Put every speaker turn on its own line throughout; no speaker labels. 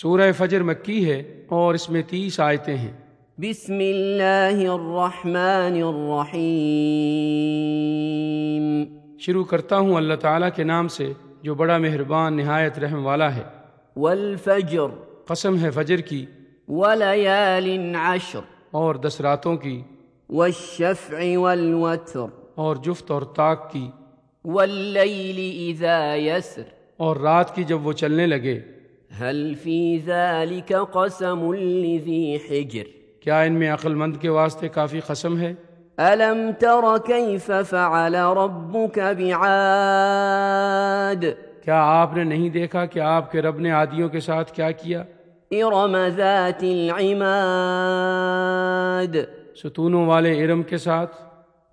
سورہ فجر مکی ہے اور اس میں تیس آیتیں ہیں
بسم اللہ الرحمن الرحیم
شروع کرتا ہوں اللہ تعالیٰ کے نام سے جو بڑا مہربان نہایت رحم والا ہے
والفجر
قسم ہے فجر کی
وليال عشر
اور دس راتوں کی
والشفع والوتر
اور جفت اور طاق کی
والليل إذا يسر
اور رات کی جب وہ چلنے لگے
هل في ذلك قسم لذي حجر
کیا ان میں عقل مند کے واسطے کافی قسم ہے
ألم تر كيف فعل ربك بعاد
کیا آپ نے نہیں دیکھا کہ آپ کے رب نے عادیوں کے ساتھ کیا کیا
إرم ذات العماد
ستونوں والے ارم کے ساتھ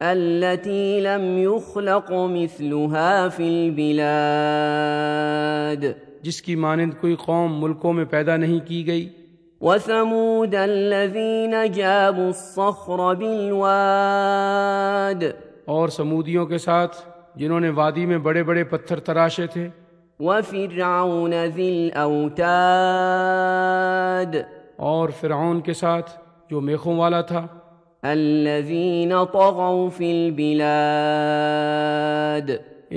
التي لم يخلق مثلها في البلاد
جس کی مانند کوئی قوم ملکوں میں پیدا نہیں کی گئی
وثمود الذين جابوا الصخر بالواد
اور سمودیوں کے ساتھ جنہوں نے وادی میں بڑے بڑے پتھر تراشے تھے
وفرعون ذي الأوتاد
اور فرعون کے ساتھ جو میخوں والا تھا
الذين طغوا في البلاد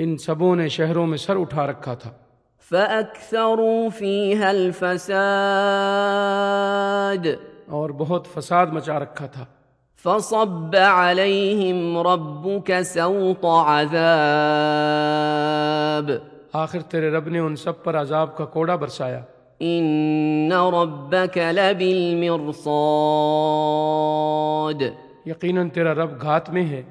ان سبوں نے شہروں میں سر اٹھا رکھا تھا
فأكثروا فيها الفساد
اور بہت فساد مچا رکھا تھا
فصب عليهم ربك سوط عذاب
آخر تیرے رب نے ان سب پر عذاب کا کوڑا برسایا
ان ربك لبالمرصاد
یقیناً تیرا رب گھات میں ہے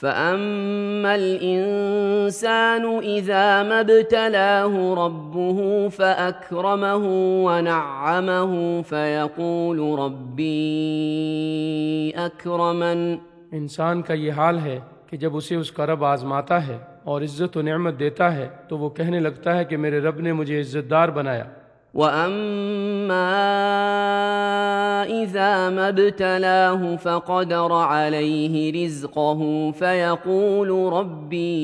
فاما الانسان اذا ما ابتلاه ربه فاكرمه ونعمه فيقول ربي اكرمن
انسان کا یہ حال ہے کہ جب اسے اس کا رب آزماتا ہے اور عزت و نعمت دیتا ہے تو وہ کہنے لگتا ہے کہ میرے رب نے مجھے عزت دار بنایا
واما اذا ما ابتلاه فقدر عليه رزقه فيقول ربي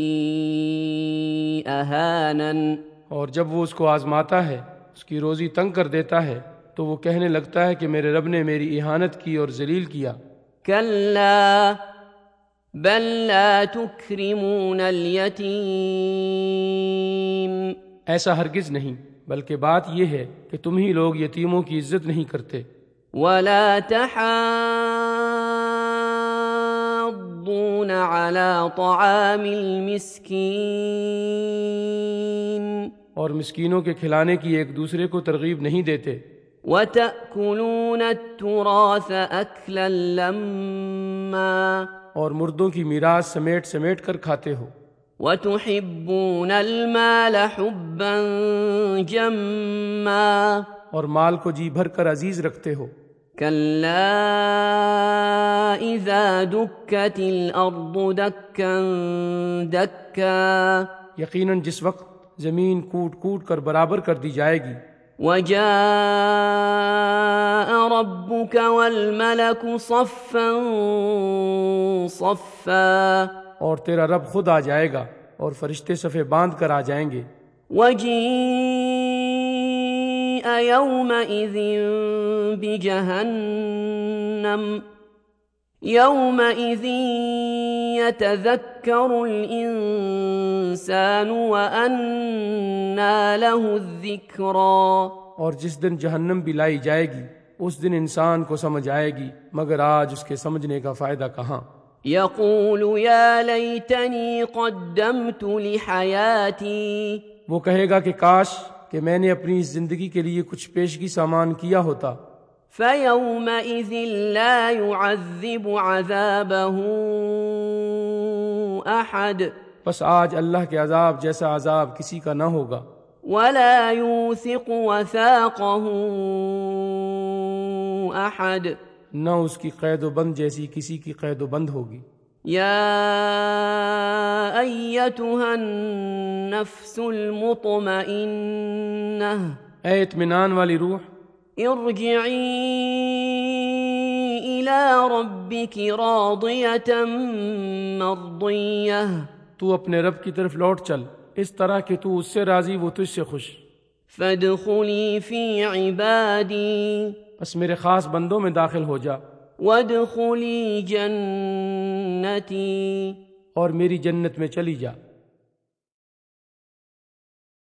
اهانن
اور جب وہ اس کو آزماتا ہے اس کی روزی تنگ کر دیتا ہے تو وہ کہنے لگتا ہے کہ میرے رب نے میری اہانت کی اور ذلیل کیا
كلا بل لا تكرمون اليتيم
ایسا ہرگز نہیں بلکہ بات یہ ہے کہ تم ہی لوگ یتیموں کی عزت نہیں کرتے
ولا تحاضون على طعام المسكين
اور مسکینوں کے کھلانے کی ایک دوسرے کو ترغیب نہیں دیتے
وتأكلون التراث أكلا لما
اور مردوں کی میراث سمیٹ سمیٹ کر کھاتے ہو
وتحبون المال حبا جما
اور مال کو جی بھر کر عزیز رکھتے ہو
كلا إذا دكت الأرض دكا دكا
یقیناً جس وقت زمین کوٹ کوٹ کر برابر کر دی جائے گی
وجاء ربك والملك صفا صفا
اور تیرا رب خود آ جائے گا اور فرشتے صفے باندھ کر آ جائیں گے
وجيء يومئذ بجهنم يومئذ يتذكر الإنسان وأنى له الذكرى
اور جس دن جہنم بھی لائی جائے گی اس دن انسان کو سمجھ آئے گی مگر آج اس کے سمجھنے کا فائدہ کہاں
يقول يا ليتني قدمت لحياتي
وہ کہے گا کہ کاش کہ میں نے اپنی اس زندگی کے لیے کچھ پیشگی سامان کیا ہوتا
فيومئذ لا يعذب عذابه احد
بس آج اللہ کے عذاب جیسا عذاب کسی کا نہ ہوگا
ولا يوثق وثاقه احد
نہ اس کی قید و بند جیسی کسی کی قید و بند ہوگی
يا ايتها النفس المطمئنه
اے اطمینان والی روح
ارجعي الى ربك راضيه مرضيه
تو اپنے رب کی طرف لوٹ چل اس طرح کہ تو اس سے راضی وہ تجھ سے خوش
فادخلي في عبادي
بس میرے خاص بندوں میں داخل ہو جا
وادخلي جنتي
اور میری جنت میں چلی جا